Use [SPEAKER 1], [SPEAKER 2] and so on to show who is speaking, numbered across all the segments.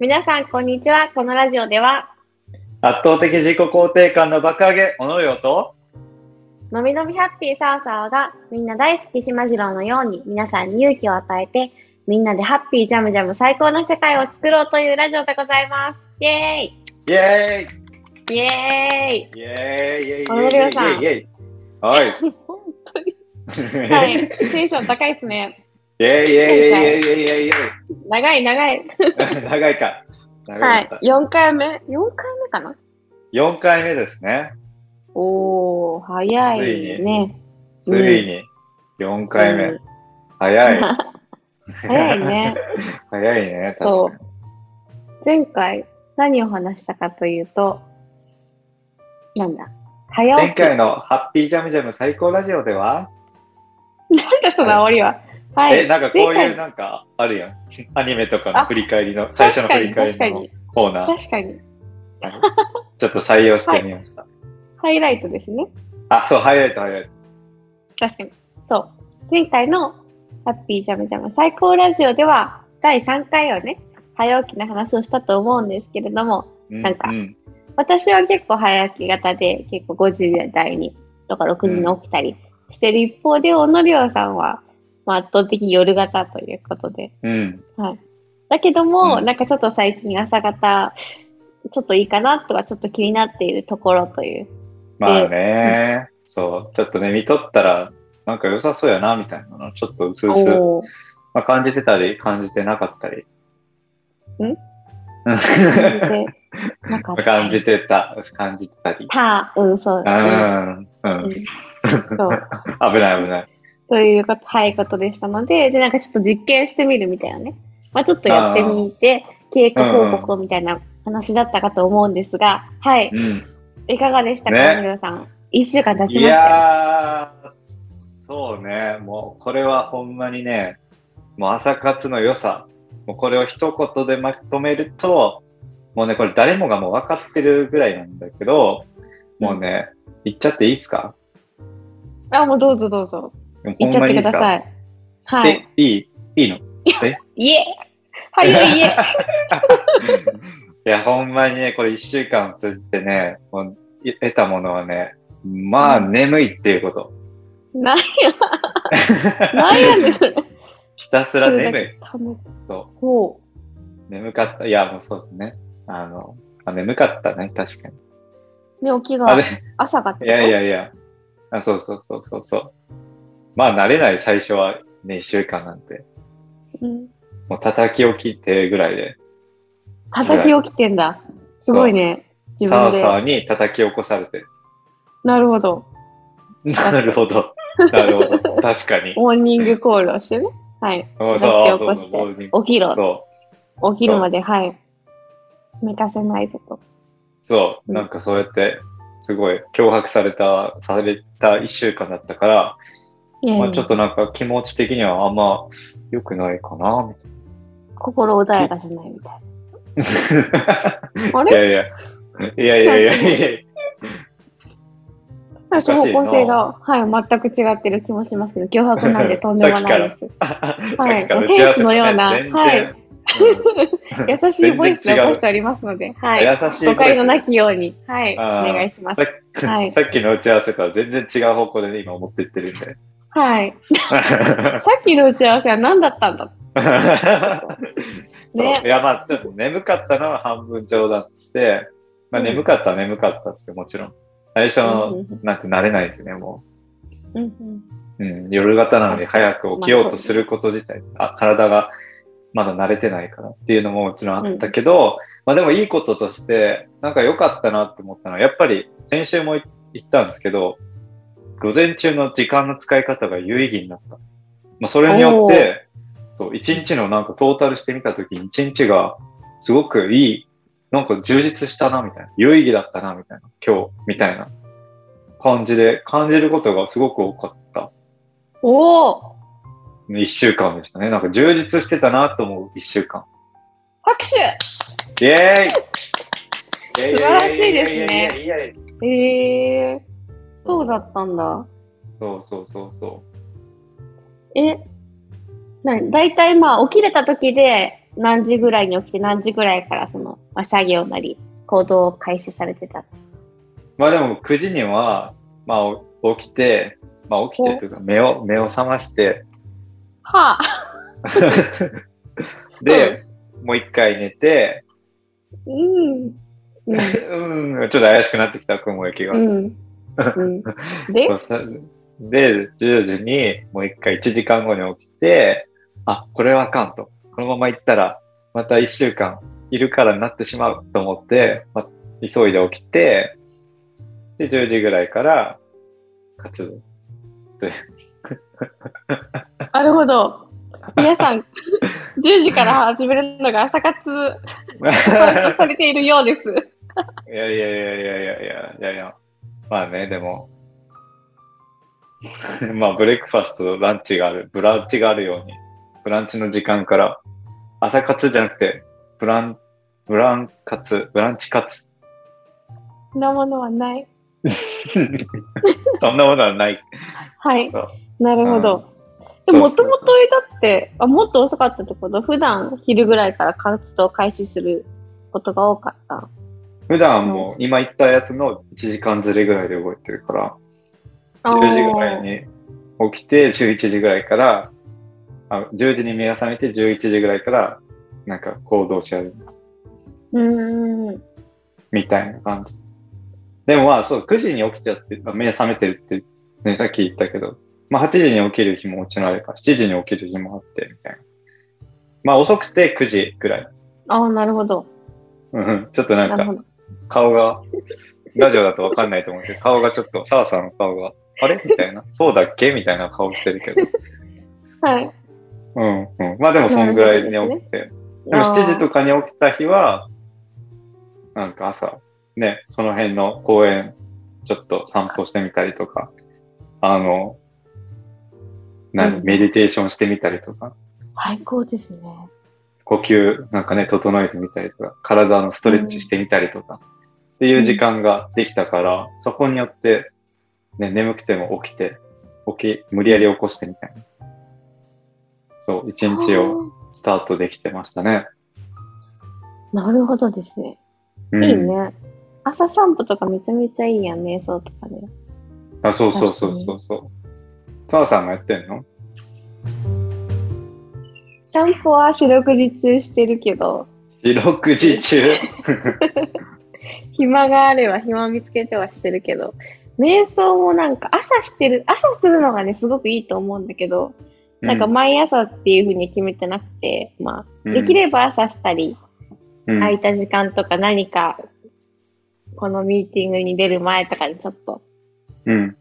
[SPEAKER 1] 皆さん、こんにちは。このラジオでは、
[SPEAKER 2] 圧倒的自己肯定感の爆上げ、おのよと、
[SPEAKER 1] のびのびハッピーサーサーが、みんな大好きしまじろうのように、皆さんに勇気を与えて、みんなでハッピージャムジャム最高の世界を作ろうというラジオでございます。イェーイ
[SPEAKER 2] イェー
[SPEAKER 1] イェーイ
[SPEAKER 2] イイェーイイェーイイェーイイェーイイ
[SPEAKER 1] おのりょうさん
[SPEAKER 2] ェーイはい。
[SPEAKER 1] 本当に。はい。 テンション高いですね。
[SPEAKER 2] イェーイイェーイイェーイイェーイイェーイイ
[SPEAKER 1] 長い長い。
[SPEAKER 2] ェーイ長いか。長
[SPEAKER 1] はいい
[SPEAKER 2] か。。
[SPEAKER 1] 4回目 ?4 回目かな
[SPEAKER 2] 4回目ですね。
[SPEAKER 1] おー、早いね。
[SPEAKER 2] ついに4回目。
[SPEAKER 1] うん
[SPEAKER 2] 早い。
[SPEAKER 1] 早いね。
[SPEAKER 2] 早いね、
[SPEAKER 1] そ
[SPEAKER 2] 確
[SPEAKER 1] う
[SPEAKER 2] かに。
[SPEAKER 1] 前回何を話したかというと、なんだ、早起
[SPEAKER 2] 前
[SPEAKER 1] き。な
[SPEAKER 2] 回のハッピージャムジャム最高ラジオでは、
[SPEAKER 1] んだその煽りは。はい。
[SPEAKER 2] え、なんかこう
[SPEAKER 1] 前
[SPEAKER 2] いう
[SPEAKER 1] 回
[SPEAKER 2] なんかあるやん。アニメとかの振り返りの、最初の振り返
[SPEAKER 1] 確か
[SPEAKER 2] りの
[SPEAKER 1] に、
[SPEAKER 2] コーナー、
[SPEAKER 1] 確かに。
[SPEAKER 2] ちょっと採用してみました。
[SPEAKER 1] ハイライトですね。
[SPEAKER 2] あ、そう、ハイライト、ハイライト。
[SPEAKER 1] 確かに。そう。前回のハッピージャムジャム最高ラジオでは、第3回をね、早起きの話をしたと思うんですけれども、
[SPEAKER 2] うん
[SPEAKER 1] なんか
[SPEAKER 2] うん
[SPEAKER 1] 私は結構早起き型で、結構5時台にとか6時に起きたりしてる一方で、小野亮さんは、まあ、圧倒的に夜型ということで、
[SPEAKER 2] うん。
[SPEAKER 1] だけども、
[SPEAKER 2] うん
[SPEAKER 1] なんかちょっと最近朝方、ちょっといいかなとか、ちょっと気になっているところという。
[SPEAKER 2] まあね、そう、ちょっとね、見とったら、なんか良さそうやな、みたいなの、ちょっと薄々、
[SPEAKER 1] おー
[SPEAKER 2] まあ、感じてたり、感じてなかったり。
[SPEAKER 1] ん 感じ
[SPEAKER 2] ん
[SPEAKER 1] てなかった。
[SPEAKER 2] 感じてた、感じてたり。
[SPEAKER 1] た、うん、そう。
[SPEAKER 2] う
[SPEAKER 1] うん
[SPEAKER 2] ん、う
[SPEAKER 1] そ
[SPEAKER 2] ん、
[SPEAKER 1] う。
[SPEAKER 2] 危ない危ない。
[SPEAKER 1] ということ、はい、ことでしたので、で、なんかちょっと実験してみるみたいなね。まあちょっとやってみて、経過報告みたいな話だったかと思うんですが、はい。
[SPEAKER 2] うん、
[SPEAKER 1] いかがでしたか、
[SPEAKER 2] ね
[SPEAKER 1] 小野亮さん。一週間経ちま
[SPEAKER 2] い
[SPEAKER 1] したよ。
[SPEAKER 2] やー、そうね、もうこれはほんまにね、もう朝活の良さ、もうこれを一言でまとめると、もうね、これ誰もがもう分かってるぐらいなんだけど、もうね、言っちゃっていいですか
[SPEAKER 1] あ、もうどうぞどうぞ。
[SPEAKER 2] でも
[SPEAKER 1] 行っちゃってく
[SPEAKER 2] っす
[SPEAKER 1] だ
[SPEAKER 2] か
[SPEAKER 1] さい。はい。
[SPEAKER 2] え、いいいいのい
[SPEAKER 1] いえ早い、いえ
[SPEAKER 2] や、ほんまにね、これ一週間を通じてね、もうい得たものはね、まあ、眠いっていうこと。
[SPEAKER 1] なんや、なんやねん、それ。
[SPEAKER 2] ひたすら眠い。
[SPEAKER 1] 多分
[SPEAKER 2] そ
[SPEAKER 1] ほう。
[SPEAKER 2] 眠かった。いや、もうそうですね。あの、あ眠かったね、確かに。
[SPEAKER 1] 寝起き
[SPEAKER 2] あ
[SPEAKER 1] が
[SPEAKER 2] れ、い
[SPEAKER 1] 朝がってこと
[SPEAKER 2] やいやいや。あ、そうそうそうそうそう。まあ、慣れない最初はね、一週間なんて。
[SPEAKER 1] うん
[SPEAKER 2] もう叩き起きてぐらいで、
[SPEAKER 1] 叩き起きてんだ。すごいね。自
[SPEAKER 2] サ
[SPEAKER 1] 分
[SPEAKER 2] ー
[SPEAKER 1] で。
[SPEAKER 2] サーに叩き起こされて。
[SPEAKER 1] なるほど。
[SPEAKER 2] なるほど。なるほど。確 かに。
[SPEAKER 1] モーニングコールをしてね。はい。
[SPEAKER 2] そう
[SPEAKER 1] 叩き
[SPEAKER 2] そう
[SPEAKER 1] 起
[SPEAKER 2] そ
[SPEAKER 1] こし
[SPEAKER 2] うそう
[SPEAKER 1] て。起きろ。
[SPEAKER 2] そ
[SPEAKER 1] 起きるまで、はい。寝かせないぞと。
[SPEAKER 2] う。そう。なんかそうやって、すごい脅迫された、された一週間だったから、
[SPEAKER 1] いやいや
[SPEAKER 2] まあ、ちょっとなんか気持ち的にはあんま良くないかな、み
[SPEAKER 1] 心穏やかじゃないみたい
[SPEAKER 2] た
[SPEAKER 1] な。あ
[SPEAKER 2] いな。
[SPEAKER 1] れ
[SPEAKER 2] いやいや。いや いやいやいやい
[SPEAKER 1] 最初
[SPEAKER 2] おかしいな
[SPEAKER 1] 方向性が、はい、全く違ってる気もしますけど、脅迫なんで とんでもないです。
[SPEAKER 2] や。
[SPEAKER 1] はい
[SPEAKER 2] さっきから打ち合
[SPEAKER 1] 天
[SPEAKER 2] わせもね
[SPEAKER 1] 使のような
[SPEAKER 2] 全然
[SPEAKER 1] はい
[SPEAKER 2] うん
[SPEAKER 1] 優しいボイスで起
[SPEAKER 2] 全然違う
[SPEAKER 1] こしておりますので、はい。
[SPEAKER 2] 優しい
[SPEAKER 1] 誤解のな
[SPEAKER 2] 声
[SPEAKER 1] きように、はい、お
[SPEAKER 2] あー
[SPEAKER 1] 願いします
[SPEAKER 2] さ。
[SPEAKER 1] はい
[SPEAKER 2] さっきの打ち合わせとは全然違う方向でね、今思っていってる んで。
[SPEAKER 1] はい。さっきの打ち合わせは何だったんだ
[SPEAKER 2] そう
[SPEAKER 1] ね
[SPEAKER 2] いやまあちょっと眠かったのは半分冗談として、まあ、
[SPEAKER 1] うん
[SPEAKER 2] 眠かったは眠かったっすよもちろん最初
[SPEAKER 1] うんう
[SPEAKER 2] の
[SPEAKER 1] ん
[SPEAKER 2] なんて慣れないですねも
[SPEAKER 1] うんうん
[SPEAKER 2] う、うん、夜型なのに早く起きようとすること自体、あ体がまだ慣れてないからっていうのももちろんあったけど、まあ、でもいいこととしてなんか良かったなって思ったのはやっぱり先週も言ったんですけど午前中の時間の使い方が有意義になった、まあ、それによっ
[SPEAKER 1] おー
[SPEAKER 2] てそう、一日のなんかトータルしてみたときに、一日がすごくいい、なんか充実したな、みたいな、有意義だったな、みたいな、今日、みたいな感じで、感じることがすごく多かった。
[SPEAKER 1] おお
[SPEAKER 2] 一週間でしたね。なんか充実してたなと思う一週間。
[SPEAKER 1] 拍手
[SPEAKER 2] イェーイ
[SPEAKER 1] 素晴らしいですね
[SPEAKER 2] イエーイイエーイイエーイイエーイ
[SPEAKER 1] えー、そうだったんだ。
[SPEAKER 2] そうそうそうそう。
[SPEAKER 1] え、なに、だいたいまあ起きれた時で、何時ぐらいに起きて何時ぐらいからその、まあ、作業なり行動を開始されてたんですか
[SPEAKER 2] まあでも9時には、まあお、起きて、まあ起きてというか目を、目を覚まして、
[SPEAKER 1] はあ、
[SPEAKER 2] で、もう一回寝て、
[SPEAKER 1] うん。うん。
[SPEAKER 2] うん、ちょっと怪しくなってきた雲行きが。
[SPEAKER 1] うん。うん、で、
[SPEAKER 2] そうさで、10時にもう一回1時間後に起きて、あ、これはあかんと。このまま行ったら、また1週間いるからになってしまうと思って、まあ急いで起きて、で、10時ぐらいから活動。
[SPEAKER 1] なるほど。皆さ ん、10時から始めるのが朝 活、カウントされているようです。
[SPEAKER 2] いやいやいやいやいやいやいやいや。まあね、でも。 まあ、ブレックファスト、ランチがある、ブランチがあるように、ブランチの時間から、朝活じゃなくて、ブラン、ブラン活、ブランチ活。
[SPEAKER 1] そんなものはない。
[SPEAKER 2] そんなものはない。
[SPEAKER 1] はい
[SPEAKER 2] そう。
[SPEAKER 1] なるほど。
[SPEAKER 2] うん
[SPEAKER 1] でもと
[SPEAKER 2] そうそう
[SPEAKER 1] もとだってあ、もっと遅かったってこと、普段昼ぐらいから活動開始することが多かった。
[SPEAKER 2] 普段はもう、今言ったやつの1時間ずれぐらいで動いてるから、10時ぐらいに起きて、11時ぐらいから、あ10時に目が覚めて、11時ぐらいから、なんか行動し始める
[SPEAKER 1] うーん。
[SPEAKER 2] みたいな感じ。でもまあそう、9時に起きちゃって、まあ目覚めてるって、ね、さっき言ったけど、まあ8時に起きる日ももちろんあれば、7時に起きる日もあって、みたいな。まあ遅くて9時くらい。
[SPEAKER 1] ああ、なるほど。
[SPEAKER 2] うんうん、ちょっとな
[SPEAKER 1] なんるほ
[SPEAKER 2] か
[SPEAKER 1] ど。
[SPEAKER 2] 顔が、ラジオだとわかんないと思うけど、顔がちょっと、澤さんの顔が、あれみたいな。そうだっけみたいな顔してるけど。
[SPEAKER 1] はい。
[SPEAKER 2] うんうん。まあでもそんぐらいに
[SPEAKER 1] なるほど
[SPEAKER 2] 起きて。でも7時とかに起きた日は、なんか朝、ね、その辺の公園、ちょっと散歩してみたりとか、あの、何、
[SPEAKER 1] うん
[SPEAKER 2] メディテーションしてみたりとか、
[SPEAKER 1] 最高ですね。
[SPEAKER 2] 呼吸なんかね、整えてみたりとか、体のストレッチしてみたりとか、っていう時間ができたから、そこによって、ね、眠くても起きて、起き、無理やり起こしてみたいな。そう、一日を
[SPEAKER 1] あ
[SPEAKER 2] スタートできてましたね。
[SPEAKER 1] ーなるほどですね。
[SPEAKER 2] うん、
[SPEAKER 1] いいね。朝散歩とかめちゃめちゃいいやん、瞑想とかで。
[SPEAKER 2] あ、そうそうそうそうそう。澤さんがやってんの
[SPEAKER 1] 散歩は四六時中してるけど、
[SPEAKER 2] 四六時中
[SPEAKER 1] 暇があれば暇を見つけてはしてるけど、瞑想もなんか朝してる、朝するのがね、すごくいいと思うんだけど、なんか毎朝っていうふうに決めてなくて、まあ、できれば朝したり、
[SPEAKER 2] ば
[SPEAKER 1] 空
[SPEAKER 2] はい
[SPEAKER 1] た時間とか何か、このミーティングに出る前とかにちょっと
[SPEAKER 2] うん。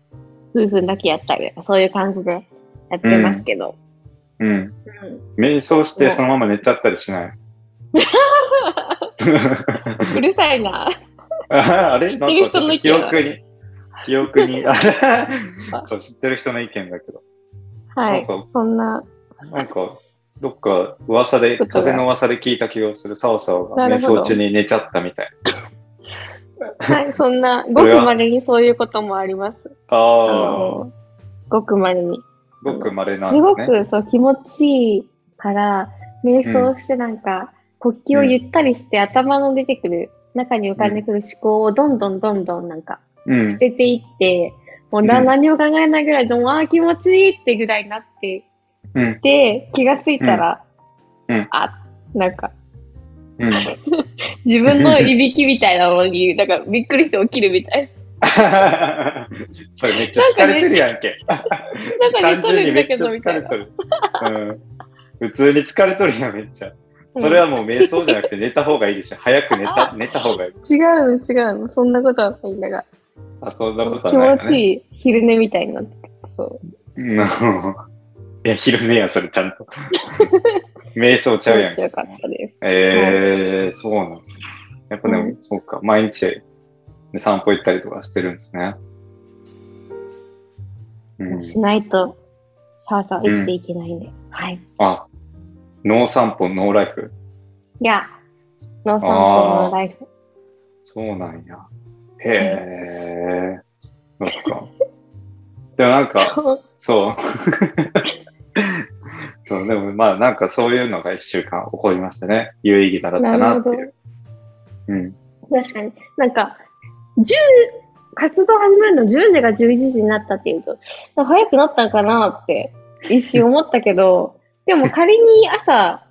[SPEAKER 1] 数分だけやったりとか、そういう感じでやってますけど。
[SPEAKER 2] うん。
[SPEAKER 1] うん
[SPEAKER 2] 瞑想してそのまま寝ちゃったり しない。
[SPEAKER 1] うるさいな。
[SPEAKER 2] ああれなんかちょっと記憶に、記憶に、 あそう、知ってる人の意見だけど、
[SPEAKER 1] はい
[SPEAKER 2] なんか。
[SPEAKER 1] そん な、
[SPEAKER 2] なんか、どっか噂で、
[SPEAKER 1] ことが
[SPEAKER 2] 風の噂で聞いた気がする、サオサオが
[SPEAKER 1] な
[SPEAKER 2] 瞑
[SPEAKER 1] るほど
[SPEAKER 2] 想中に寝ちゃったみたい。
[SPEAKER 1] はい、そんな、ご
[SPEAKER 2] それは
[SPEAKER 1] くまれにそういうこともあります。あ
[SPEAKER 2] ああ、
[SPEAKER 1] のごくまれに。
[SPEAKER 2] ごく稀なん
[SPEAKER 1] すご
[SPEAKER 2] だね。
[SPEAKER 1] くそう気持ちいいから瞑想してなんか、国旗をゆったりして、頭の出てくる中に浮かんでくる思考をどんどんどんどんなんか
[SPEAKER 2] うん
[SPEAKER 1] 捨てていって、もうな
[SPEAKER 2] うん
[SPEAKER 1] 何も考えないぐらいでもああ気持ちいいってぐらいになって
[SPEAKER 2] うん。
[SPEAKER 1] で気がついたら、
[SPEAKER 2] うんうん
[SPEAKER 1] あなんか
[SPEAKER 2] うん。
[SPEAKER 1] 自分のいびきみたいなのになんかびっくりして起きるみたい
[SPEAKER 2] それめっちゃ疲れてるやんけ。
[SPEAKER 1] ななん
[SPEAKER 2] 単
[SPEAKER 1] か寝と
[SPEAKER 2] 純
[SPEAKER 1] る
[SPEAKER 2] に
[SPEAKER 1] ん
[SPEAKER 2] め
[SPEAKER 1] だけ
[SPEAKER 2] っちゃ
[SPEAKER 1] どみ
[SPEAKER 2] 疲
[SPEAKER 1] たい
[SPEAKER 2] れ
[SPEAKER 1] な
[SPEAKER 2] とる。うん普通に疲れとるやん、めっちゃ。それはもう瞑想じゃなくて寝た方がいいでしょ。早く寝た、寝た方がいい。
[SPEAKER 1] 違うの違うのそんなことはないんだが
[SPEAKER 2] あ、そんなこと
[SPEAKER 1] 気
[SPEAKER 2] はない、
[SPEAKER 1] 持
[SPEAKER 2] ね。
[SPEAKER 1] ちいい昼寝みたいになってそう
[SPEAKER 2] うん いや、昼寝やん、それちゃんと。瞑想ちゃうやん
[SPEAKER 1] 気持。よかったです。
[SPEAKER 2] えー、そうなの。やっぱでも、
[SPEAKER 1] う
[SPEAKER 2] そうか、毎日ね散歩行ったりとかしてるんですね。うん。
[SPEAKER 1] しないと、さあさあ生きていけないんで。はい。い
[SPEAKER 2] あ、ノー散歩、ノーライフ。
[SPEAKER 1] や、ノーサンプのライフ。
[SPEAKER 2] そうなんや。へえ。そっ か。でもなんか、そう。そうでもまあなんかそういうのが一週間起こりましたね。有意義だったなっていう。うん。
[SPEAKER 1] 確かに。なんか、10、活動始めるの10時が11時になったっていうと、なんか早くなったんかなって一瞬思ったけど、 でも仮に朝、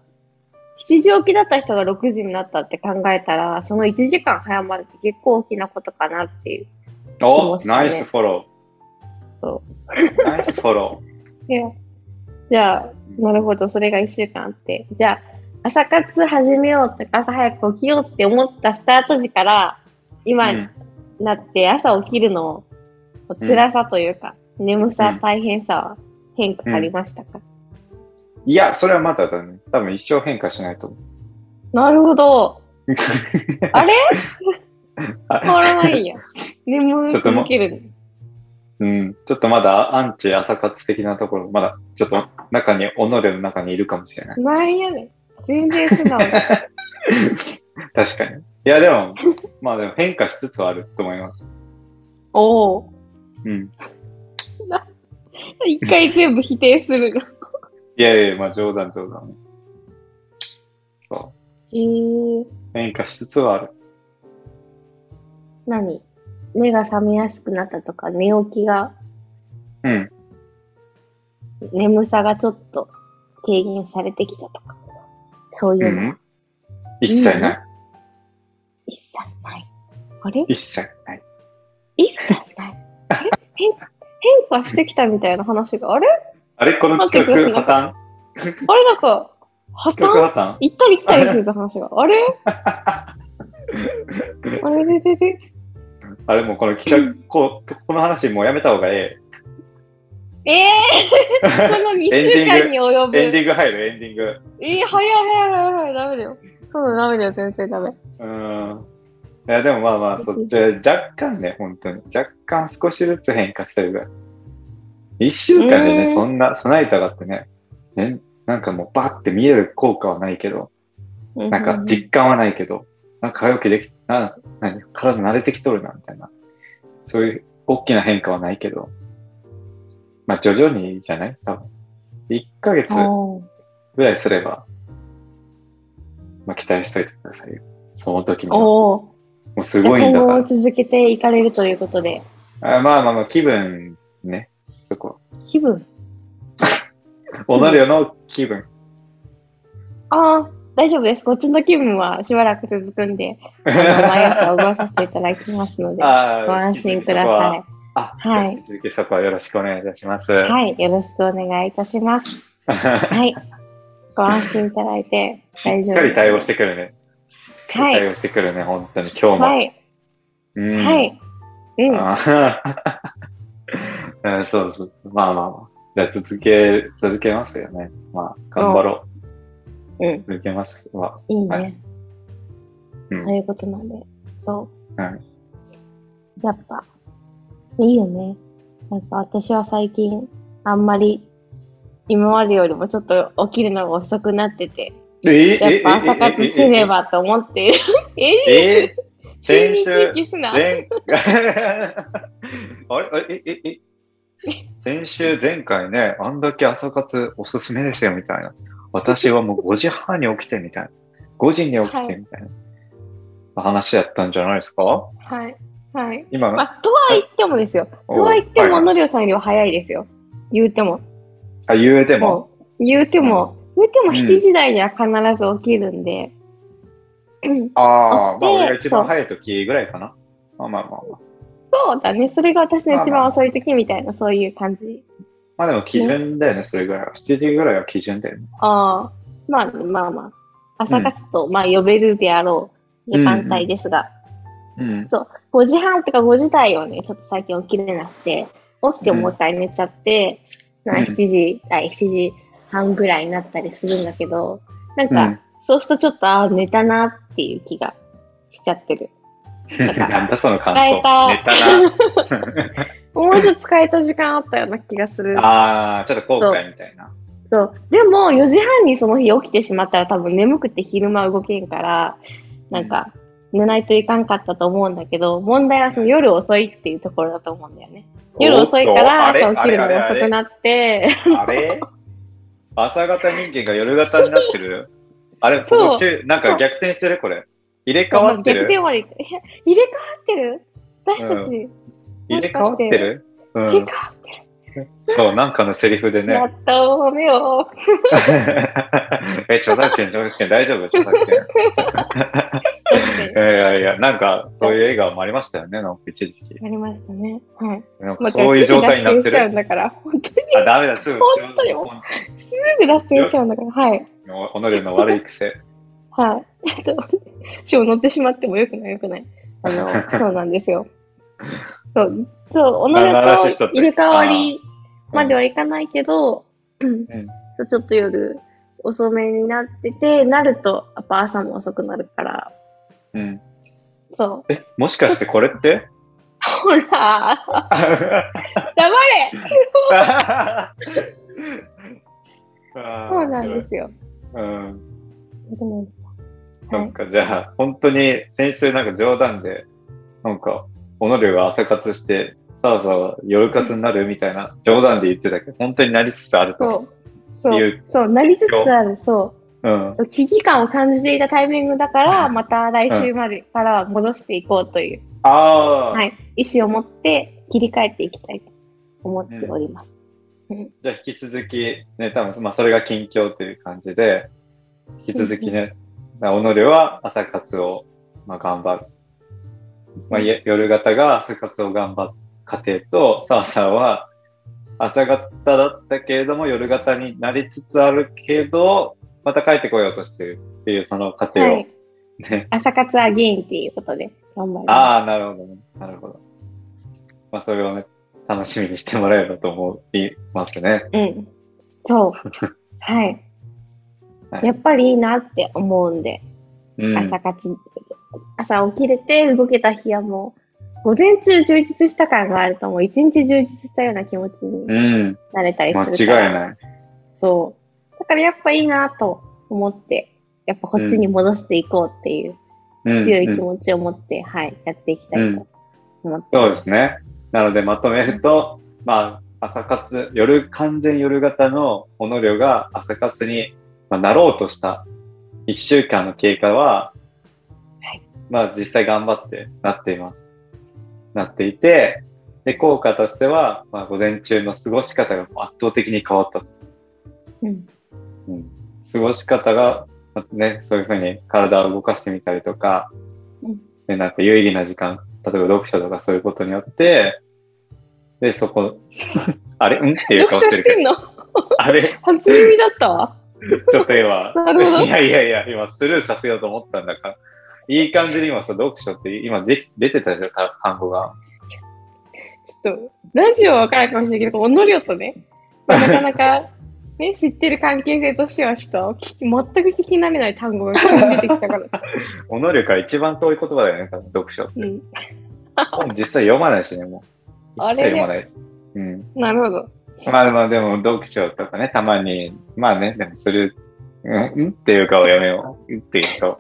[SPEAKER 1] 7時起きだった人が6時になったって考えたら、その1時間早まるって結構大きなことかなっていう。
[SPEAKER 2] お、
[SPEAKER 1] そうした
[SPEAKER 2] ナ
[SPEAKER 1] ね
[SPEAKER 2] イスフォロ
[SPEAKER 1] そ
[SPEAKER 2] ー。ナイスフォロ
[SPEAKER 1] う。いやじゃあ、なるほど、それが1週間あって。じゃあ、朝活始めようとか、朝早く起きようって思ったスタート時から、今
[SPEAKER 2] ー。
[SPEAKER 1] になって朝起きるの辛さというか、眠さ、大変さは変化ありましたか、
[SPEAKER 2] いや、それはまだだね。多分一生変化しないと思う。
[SPEAKER 1] なるほど。あれ変わ
[SPEAKER 2] あ
[SPEAKER 1] らないんや。眠り続ける。
[SPEAKER 2] うん、ちょっとまだアンチ朝活的なところ、まだちょっと中に、己の中にいるかもしれない。
[SPEAKER 1] なんやねん。全然素 直だ。
[SPEAKER 2] 確かに。いや、でも、まあでも変化しつつはあると思います。
[SPEAKER 1] おお。
[SPEAKER 2] うん。
[SPEAKER 1] 一回全部否定するの。
[SPEAKER 2] いやいやいや、まあ冗談冗談。そ
[SPEAKER 1] えー、
[SPEAKER 2] う。変化しつつはある。
[SPEAKER 1] 何目が覚めやすくなったとか、寝起きが、
[SPEAKER 2] うん。
[SPEAKER 1] 眠さがちょっと軽減されてきたとか、そういううのは
[SPEAKER 2] ん。一切ない。
[SPEAKER 1] 一切ない。あれ
[SPEAKER 2] 一切ない。
[SPEAKER 1] 一切ない。あれ変変化してきたみたいな話が、あれ
[SPEAKER 2] あれこの
[SPEAKER 1] 待って
[SPEAKER 2] 企画
[SPEAKER 1] くだ
[SPEAKER 2] 破
[SPEAKER 1] あれなんか、破
[SPEAKER 2] 綻企
[SPEAKER 1] 綻
[SPEAKER 2] 画破
[SPEAKER 1] 行ったり来たりするって話が、あれ あれででで
[SPEAKER 2] 綻あれもうこの企画、こうこの話もうやめた方がえ
[SPEAKER 1] ええ ー、その2週間に及ぶ。
[SPEAKER 2] え。エンディング入る、エンディング。
[SPEAKER 1] えー、早い早い早い早い、ダメだよ。そうだ、ダメだよ、全然ダメ。
[SPEAKER 2] うーん。いや、でもまあまあ、そっちは若干ね、本当に。若干少しずつ変化してるぐらい。一週
[SPEAKER 1] う
[SPEAKER 2] 間で
[SPEAKER 1] ー
[SPEAKER 2] ね、
[SPEAKER 1] ん
[SPEAKER 2] そんな、備えたがってね、ね、なんかもうバッて見える効果はないけど、なんか実感はないけど、なんか早起きでき、な、なに、体慣れてきとるな、みたいな。そういう大きな変化はないけど、まあ徐々にじゃない多分。1ヶ月
[SPEAKER 1] おー
[SPEAKER 2] ぐらいすれば、まあ期待しといてくださいよ。その時には。
[SPEAKER 1] おー
[SPEAKER 2] もうすごいん
[SPEAKER 1] じ
[SPEAKER 2] だ
[SPEAKER 1] ゃ
[SPEAKER 2] か
[SPEAKER 1] あ今後続けていかれるということで、
[SPEAKER 2] ら。あまあまあまあ、気分ね。そこ。
[SPEAKER 1] 気分。
[SPEAKER 2] おのりょの気分。
[SPEAKER 1] ああ、大丈夫です。こっちの気分はしばらく続くんで、あの毎朝覚えさせていただきますので、
[SPEAKER 2] あー
[SPEAKER 1] ご安心ください。
[SPEAKER 2] あ、
[SPEAKER 1] はい
[SPEAKER 2] 引き続きそこはよろしくお願いいたします。
[SPEAKER 1] はい、よろしくお願いいたします。はい。ご安心いただいて大
[SPEAKER 2] し
[SPEAKER 1] 丈夫です。
[SPEAKER 2] っかり対応してくるね。
[SPEAKER 1] はい
[SPEAKER 2] 対応してくるね、本当に今日も。
[SPEAKER 1] はい。
[SPEAKER 2] うん
[SPEAKER 1] はい。うん。は
[SPEAKER 2] あーうんそうそう。まあまあまあ。じゃあ続け、続けますよね。まあ、頑張ろ
[SPEAKER 1] い。う
[SPEAKER 2] う。続けますわ。
[SPEAKER 1] ん。いい
[SPEAKER 2] は
[SPEAKER 1] ね。
[SPEAKER 2] うん
[SPEAKER 1] そういうことなんで。そう。
[SPEAKER 2] はい
[SPEAKER 1] やっぱ、いいよね。なんか私は最近、あんまり、今までよりもちょっと起きるのが遅くなってて、
[SPEAKER 2] え
[SPEAKER 1] やっぱ朝活しね。ばと思っている。え
[SPEAKER 2] え
[SPEAKER 1] ぇ、
[SPEAKER 2] 先
[SPEAKER 1] 急に
[SPEAKER 2] 週
[SPEAKER 1] 提、起すな。
[SPEAKER 2] 前あれえ、え、え、え、先週、前回ね、あんだけ朝活おすすめですよみたいな。私はもう5時半に起きてみたいな。5時に起きてみたいな話やったんじゃないですか
[SPEAKER 1] はい。はい。
[SPEAKER 2] 今、
[SPEAKER 1] まあ、とは言ってもですよ。とは言っても、
[SPEAKER 2] お
[SPEAKER 1] のりょうさんよりは早いですよ。言うても。
[SPEAKER 2] あ、言うても。
[SPEAKER 1] もう言うても、言うても
[SPEAKER 2] うん
[SPEAKER 1] 7時台には必ず起きるんで。うん
[SPEAKER 2] あ
[SPEAKER 1] 起
[SPEAKER 2] あ、まあ
[SPEAKER 1] きて
[SPEAKER 2] 俺が一番早い時ぐらいかな。まあまあまあまあ。
[SPEAKER 1] そうだね。それが私の一
[SPEAKER 2] まあま
[SPEAKER 1] 番
[SPEAKER 2] あ
[SPEAKER 1] 遅い時みたいな、そういう感じ。
[SPEAKER 2] まあでも基準だよね、それぐらいは。7時ぐらいは基準だよね。
[SPEAKER 1] ああ、まあまあまあ。朝活と、まあ呼べるであろう時間帯ですが、
[SPEAKER 2] うん。
[SPEAKER 1] 5時半とか5時台をね、ちょっと最近起きれなくて、起きてもう一回寝ちゃって、
[SPEAKER 2] ん
[SPEAKER 1] な
[SPEAKER 2] うん
[SPEAKER 1] 7時、あ、7時半ぐらいになったりするんだけど、なんか、
[SPEAKER 2] うん
[SPEAKER 1] そうするとちょっと、ああ、寝たなっていう気がしちゃってる。から
[SPEAKER 2] なんだその感
[SPEAKER 1] 伝えた
[SPEAKER 2] 想。寝
[SPEAKER 1] もうちょっと使えた時間あったような気がす
[SPEAKER 2] た
[SPEAKER 1] る
[SPEAKER 2] な。。ああ、ちょっと後悔みたいな。
[SPEAKER 1] そう。でも、4時半にその日起きてしまったら多分眠くて昼間動けんから、なんか、寝ないといかんかったと思うんだけど、問題はその夜遅いっていうところだと思うんだよね。夜遅いから
[SPEAKER 2] おっと
[SPEAKER 1] 朝起きるの
[SPEAKER 2] あれ
[SPEAKER 1] が遅くなって、
[SPEAKER 2] あれあれ朝型人間が夜型になってる。あれ、
[SPEAKER 1] そう
[SPEAKER 2] ここ中なんか逆転してるこれ。入れ替わって
[SPEAKER 1] 逆転
[SPEAKER 2] る
[SPEAKER 1] までいくいや入れ替わってる私たち、
[SPEAKER 2] 入れ替わってるう
[SPEAKER 1] 入れ替
[SPEAKER 2] ん。
[SPEAKER 1] わってる、
[SPEAKER 2] そう、なんかのセリフでね
[SPEAKER 1] や。ったおめよう。
[SPEAKER 2] え、著作権、著作権、大丈夫著作権。い やいやいや、なんか、そういう映画もありましたよね、なんか一時期。
[SPEAKER 1] やりましたね。はい。
[SPEAKER 2] なんかそういう状態になって
[SPEAKER 1] 逆転しちゃうん
[SPEAKER 2] る。
[SPEAKER 1] だから、本当
[SPEAKER 2] あ、ダメだ、すぐ。
[SPEAKER 1] 本当よにすぐ脱線しちゃうんだから、はい。
[SPEAKER 2] おのれの悪い癖。
[SPEAKER 1] はい。 えっと、し乗ってしまってもよくないよくない。あ の、そうなんですよ。そう、そう、おのれ
[SPEAKER 2] あ話しと
[SPEAKER 1] と
[SPEAKER 2] った
[SPEAKER 1] 入れ替わりまではいかないけど、うん
[SPEAKER 2] うん
[SPEAKER 1] そうちょっと夜遅めになってて、なると、やっぱ朝も遅くなるから、
[SPEAKER 2] うん。
[SPEAKER 1] そう。
[SPEAKER 2] え、もしかしてこれって
[SPEAKER 1] ほら、黙れ
[SPEAKER 2] あー
[SPEAKER 1] そうなんですよ。
[SPEAKER 2] 面白いうん。
[SPEAKER 1] でも
[SPEAKER 2] な
[SPEAKER 1] はい
[SPEAKER 2] んかじゃあ、本当に先週なんか冗談で、なんか、小野龍が朝活して、さわさわ夜活になるみたいな冗談で言ってたけど、本当になりつつあると。
[SPEAKER 1] そう。そ
[SPEAKER 2] いうう、
[SPEAKER 1] そう、なりつつある、そう。
[SPEAKER 2] うん。
[SPEAKER 1] そう危機感を感じていたタイミングだから、
[SPEAKER 2] うん
[SPEAKER 1] また来週までからは戻していこうという、
[SPEAKER 2] ああ、
[SPEAKER 1] はい、意思を持って切り替えていきたいと思っております。
[SPEAKER 2] じゃあ引き続き、ね、多分まあそれが近況という感じで、引き続きね、だから小野龍は朝活を、まあ、頑張る。まあ、いえ夜型が朝活を頑張る過程と、さあさあは朝型だったけれども、夜型になりつつあるけど、また帰ってこようとしてるっていうその過程を、
[SPEAKER 1] はい、
[SPEAKER 2] ね。
[SPEAKER 1] 朝活はゲインっていうことで頑張りま
[SPEAKER 2] ああ、なるほどね。なるほど。まあ、それをね、楽しみにしてもらえればと思いますね。
[SPEAKER 1] す。うん、 そう、はい
[SPEAKER 2] はい
[SPEAKER 1] やっぱりいいなって思うんで、
[SPEAKER 2] うん。
[SPEAKER 1] 朝活、朝起きれて動けた日はもう、午前中充実した感があると、もう一日充実したような気持ちに
[SPEAKER 2] うん。
[SPEAKER 1] なれたりする
[SPEAKER 2] 間
[SPEAKER 1] から。
[SPEAKER 2] 違いない。
[SPEAKER 1] そう。だからやっぱいいなと思って、やっぱこっちに戻していこうっていう強い気
[SPEAKER 2] うんうん
[SPEAKER 1] 持ちを持って、はい、やっていきたいと思って
[SPEAKER 2] そう
[SPEAKER 1] ま。
[SPEAKER 2] ですすね。なのでまとめると、まあ、朝活、夜、完全夜型の小野寮が朝活にまあなろうとした1週間の経過は、
[SPEAKER 1] はい
[SPEAKER 2] まあ実際頑張ってなっています。なっていて、で、効果としては、まあ午前中の過ごし方が圧倒的に変わったと。
[SPEAKER 1] うん
[SPEAKER 2] うん過ごし方が、まあね、そういうふうに体を動かしてみたりとか、
[SPEAKER 1] うん
[SPEAKER 2] でなんか有意義な時間、例えば読書とかそういうことによって、で、そこ、 あれんっていう顔
[SPEAKER 1] 読書し
[SPEAKER 2] してるけど
[SPEAKER 1] てんの
[SPEAKER 2] あれ
[SPEAKER 1] 初耳だったわ。
[SPEAKER 2] ちょっと 今
[SPEAKER 1] なるほ、ど
[SPEAKER 2] いやいやいや、今スルーさせようと思ったんだから、いい感じで今さ、読書って今で出てたじゃん、た単語が。
[SPEAKER 1] ちょっと、ラジオはわからんかもしれないけど、おのりょとね、 まあなかなか、ね、知ってる関係性としては、ちょっと聞き、全く聞き慣れない単語が急に出てきた から。
[SPEAKER 2] お能力が一番遠い言葉だよね、多分読書。
[SPEAKER 1] うん。
[SPEAKER 2] 本実際読まないしね、もう。
[SPEAKER 1] あ
[SPEAKER 2] 一切
[SPEAKER 1] れ
[SPEAKER 2] 読まない。うん。
[SPEAKER 1] なるほど。
[SPEAKER 2] まあまあでも読書とかね、たまに、まあね、でもする、うんんっていう顔やめよう。うんっていう顔。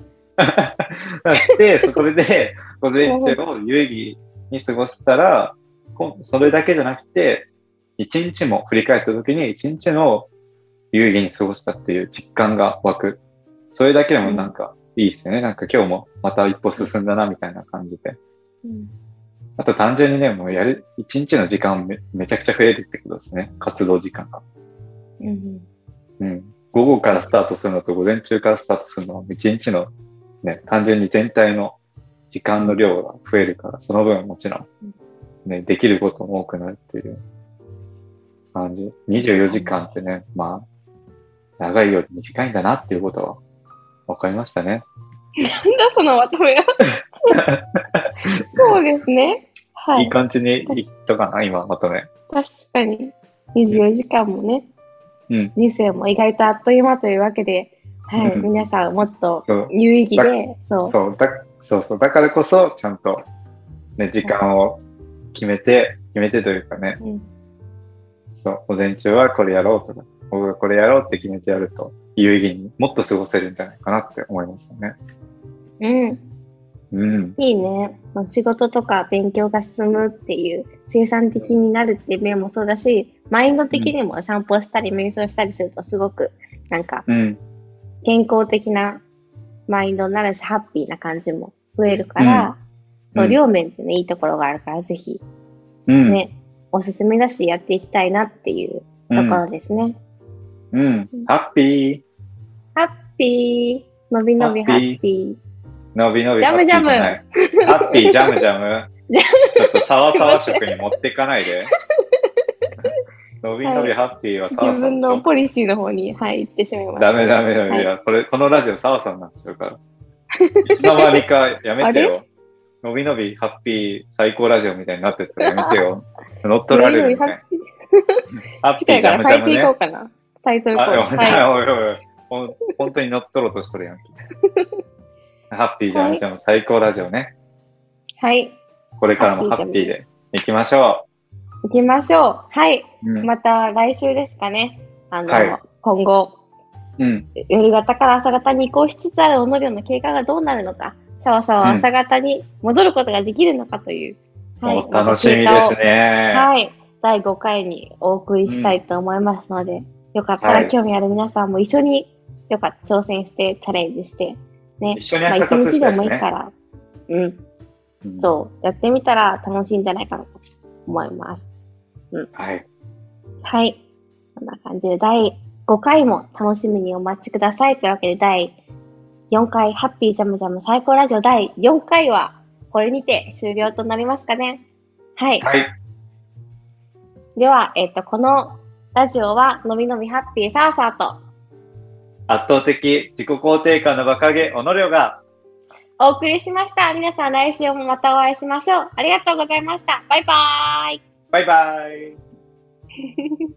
[SPEAKER 2] して、そこで、午前中を有意義に過ごしたら、こんそれだけじゃなくて、一日も振り返った時に一日の有意義に過ごしたっていう実感が湧く。それだけでもなんかいいですよね。なんか今日もまた一歩進んだなみたいな感じで。
[SPEAKER 1] うん
[SPEAKER 2] あと単純にね、もうやる、一日の時間めめちゃくちゃ増えるってことですね。活動時間が。
[SPEAKER 1] うん。
[SPEAKER 2] うん。午後からスタートするのと午前中からスタートするのは、一日のね、単純に全体の時間の量が増えるから、その分もちろん
[SPEAKER 1] うん、
[SPEAKER 2] ね、できることも多くなるっていう感じ。24時間ってね、まあ、長いより短いんだなっていうことは、わかりましたね。
[SPEAKER 1] なんだ、そのまとめは。 そうですね。はい
[SPEAKER 2] いい感じにいったかな、今、まとめ。
[SPEAKER 1] 確かに24時間もね、
[SPEAKER 2] うん
[SPEAKER 1] 人生も意外とあっという間というわけで、は
[SPEAKER 2] う
[SPEAKER 1] い、
[SPEAKER 2] ん
[SPEAKER 1] 皆さんもっと
[SPEAKER 2] そう
[SPEAKER 1] 有意義で、そう
[SPEAKER 2] そうだそうそうだからこそちゃんと、ね、時間を決めて決めてというかね
[SPEAKER 1] うん
[SPEAKER 2] そう午前中はこれやろうとか僕がこれやろうって決めてやると有意義にもっと過ごせるんじゃないかなって思いましたね。
[SPEAKER 1] うん
[SPEAKER 2] うん。
[SPEAKER 1] いいね。まあ仕事とか勉強が進むっていう、生産的になるっていう面もそうだし、マインド的にも散歩したり瞑想したりするとすごく、なんか
[SPEAKER 2] うん。
[SPEAKER 1] 健康的なマインドになるし、ハッピーな感じも増えるから、そうう、
[SPEAKER 2] ん
[SPEAKER 1] 両面ってね、いいところがあるから、ぜひ
[SPEAKER 2] うん。
[SPEAKER 1] ね、おすすめだし、やっていきたいなっていう
[SPEAKER 2] う
[SPEAKER 1] とこ
[SPEAKER 2] ん。
[SPEAKER 1] ろですね。
[SPEAKER 2] うん。ハッピ
[SPEAKER 1] ハッピー、のびのびハ
[SPEAKER 2] ハッピー
[SPEAKER 1] ッピ
[SPEAKER 2] ー。のびのび。
[SPEAKER 1] ジャムジャム
[SPEAKER 2] ハッピーじゃない。ハッピー、ジャムジャム。ちょっとサワサワ食に持ってかない で。のびのびハッピーは
[SPEAKER 1] ー。
[SPEAKER 2] サワ
[SPEAKER 1] 自
[SPEAKER 2] さ
[SPEAKER 1] 分
[SPEAKER 2] んでし
[SPEAKER 1] の
[SPEAKER 2] ょ。
[SPEAKER 1] ポリシーの方に、はい、行ってしまいました。
[SPEAKER 2] ダメダメダメ。いや、これ、このラジオサワさんになっちゃうから。いつの間にかやめてよ。のびのびハッピー最高ラジオみたいになってたらやめ てよ。乗っ取られるみたいな。
[SPEAKER 1] ピー。
[SPEAKER 2] ハッ
[SPEAKER 1] 次
[SPEAKER 2] ピ
[SPEAKER 1] 回
[SPEAKER 2] ー
[SPEAKER 1] か
[SPEAKER 2] ジャ
[SPEAKER 1] ら
[SPEAKER 2] ムジ
[SPEAKER 1] タイト
[SPEAKER 2] ャム
[SPEAKER 1] ル
[SPEAKER 2] ね
[SPEAKER 1] いこ。うかな。タイトルいこう。
[SPEAKER 2] あ、おい
[SPEAKER 1] は
[SPEAKER 2] おいおいおいほん本当に乗っ取ろうとしとるやんけ。ハッピージャムジャム最高ラジオね。
[SPEAKER 1] い。はい。
[SPEAKER 2] これからもハッピーでいきましょ
[SPEAKER 1] 行きましょう。はい。
[SPEAKER 2] う。うん。
[SPEAKER 1] また来週ですかね。あの、
[SPEAKER 2] はい
[SPEAKER 1] 今後、
[SPEAKER 2] うん。
[SPEAKER 1] 夜型から朝型に移行しつつあるおのりょの経過がどうなるのか、さわさわ朝型に戻ることができるのかという。はい
[SPEAKER 2] お楽しみです。ね。
[SPEAKER 1] はい。第5回にお送りしたいと思いますので、よかった
[SPEAKER 2] は
[SPEAKER 1] ら
[SPEAKER 2] い
[SPEAKER 1] 興味ある皆さんも一緒に、よかった、挑戦して、チャレンジして、ね。
[SPEAKER 2] 一緒に
[SPEAKER 1] まあ、
[SPEAKER 2] 朝
[SPEAKER 1] 一
[SPEAKER 2] 活
[SPEAKER 1] 日
[SPEAKER 2] し
[SPEAKER 1] で
[SPEAKER 2] たいで
[SPEAKER 1] もい
[SPEAKER 2] す
[SPEAKER 1] い か
[SPEAKER 2] ね。
[SPEAKER 1] ら、うん、
[SPEAKER 2] うん
[SPEAKER 1] そう、やってみたら楽しいんじゃないかなと思います。
[SPEAKER 2] はい。
[SPEAKER 1] はい。こんな感じで、第5回も楽しみにお待ちください。というわけで、第4回、ハッピージャムジャム最高ラジオ第4回は、これにて終了となりますかね。はい。
[SPEAKER 2] はい。
[SPEAKER 1] では、えっ、と、このラジオは、のびのびハッピーサーサーと
[SPEAKER 2] 圧倒的自己肯定感の馬鹿げ、おのりょうが。
[SPEAKER 1] お送りしました。皆さん来週もまたお会いしましょう。ありがとうございました。バイバーイ。
[SPEAKER 2] バイバイ。